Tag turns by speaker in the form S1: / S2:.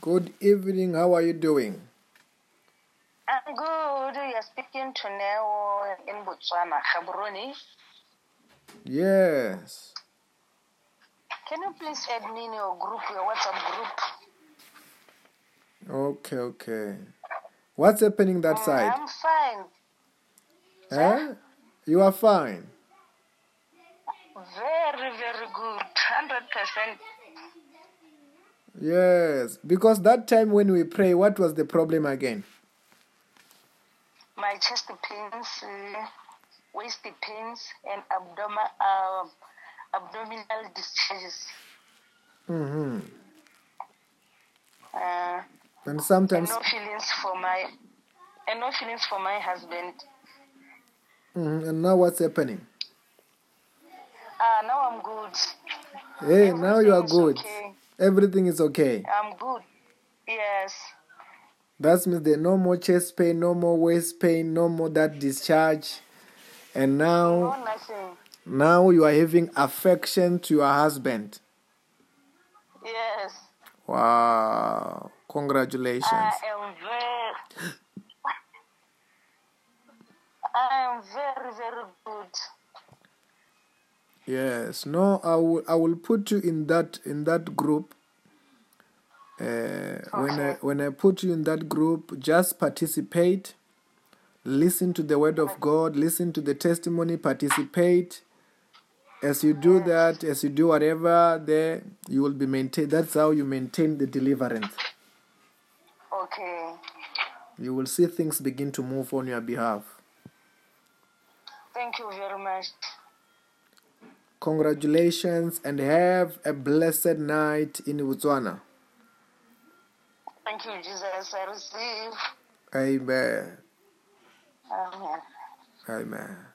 S1: Good evening. How are you doing?
S2: I'm good. You're speaking to Neo in Botswana, Khaburoni.
S1: Yes.
S2: Can you please add me in your group, your WhatsApp group?
S1: Okay, okay. What's happening that side?
S2: I'm fine.
S1: Eh? You are fine.
S2: Very, very good. 100%.
S1: Yes. Because that time when we pray, what was the problem again?
S2: My chest pains, uh, waist pains, and abdomen, uh, abdominal discharges.
S1: Mm-hmm.
S2: Uh,
S1: And
S2: and
S1: sometimes.
S2: no feelings for my, and no feelings for my husband.
S1: Mhm. And now what's happening?
S2: Ah, now I'm good.
S1: Hey, now you are
S2: Everything is
S1: good.
S2: okay.
S1: Everything is okay.
S2: I'm good. Yes.
S1: That means there no more chest pain, no more waist pain, no more that discharge. And now,
S2: No, nothing.
S1: now you are having affection to your husband.
S2: Yes.
S1: Wow! Congratulations.
S2: I am very. I am very, very good.
S1: yes. No, I will. I will put you in that in that group. Uh, When I when I put you in that group, just participate. Listen to the word of God. Listen to the testimony. Participate. As you do that, as you do whatever, there you will be maintained. That's how you maintain the deliverance.
S2: Okay.
S1: You will see things begin to move on your behalf.
S2: Thank you very much.
S1: Congratulations and have a blessed night in Botswana.
S2: Thank you, Jesus. I receive.
S1: Amen.
S2: Amen.
S1: Amen.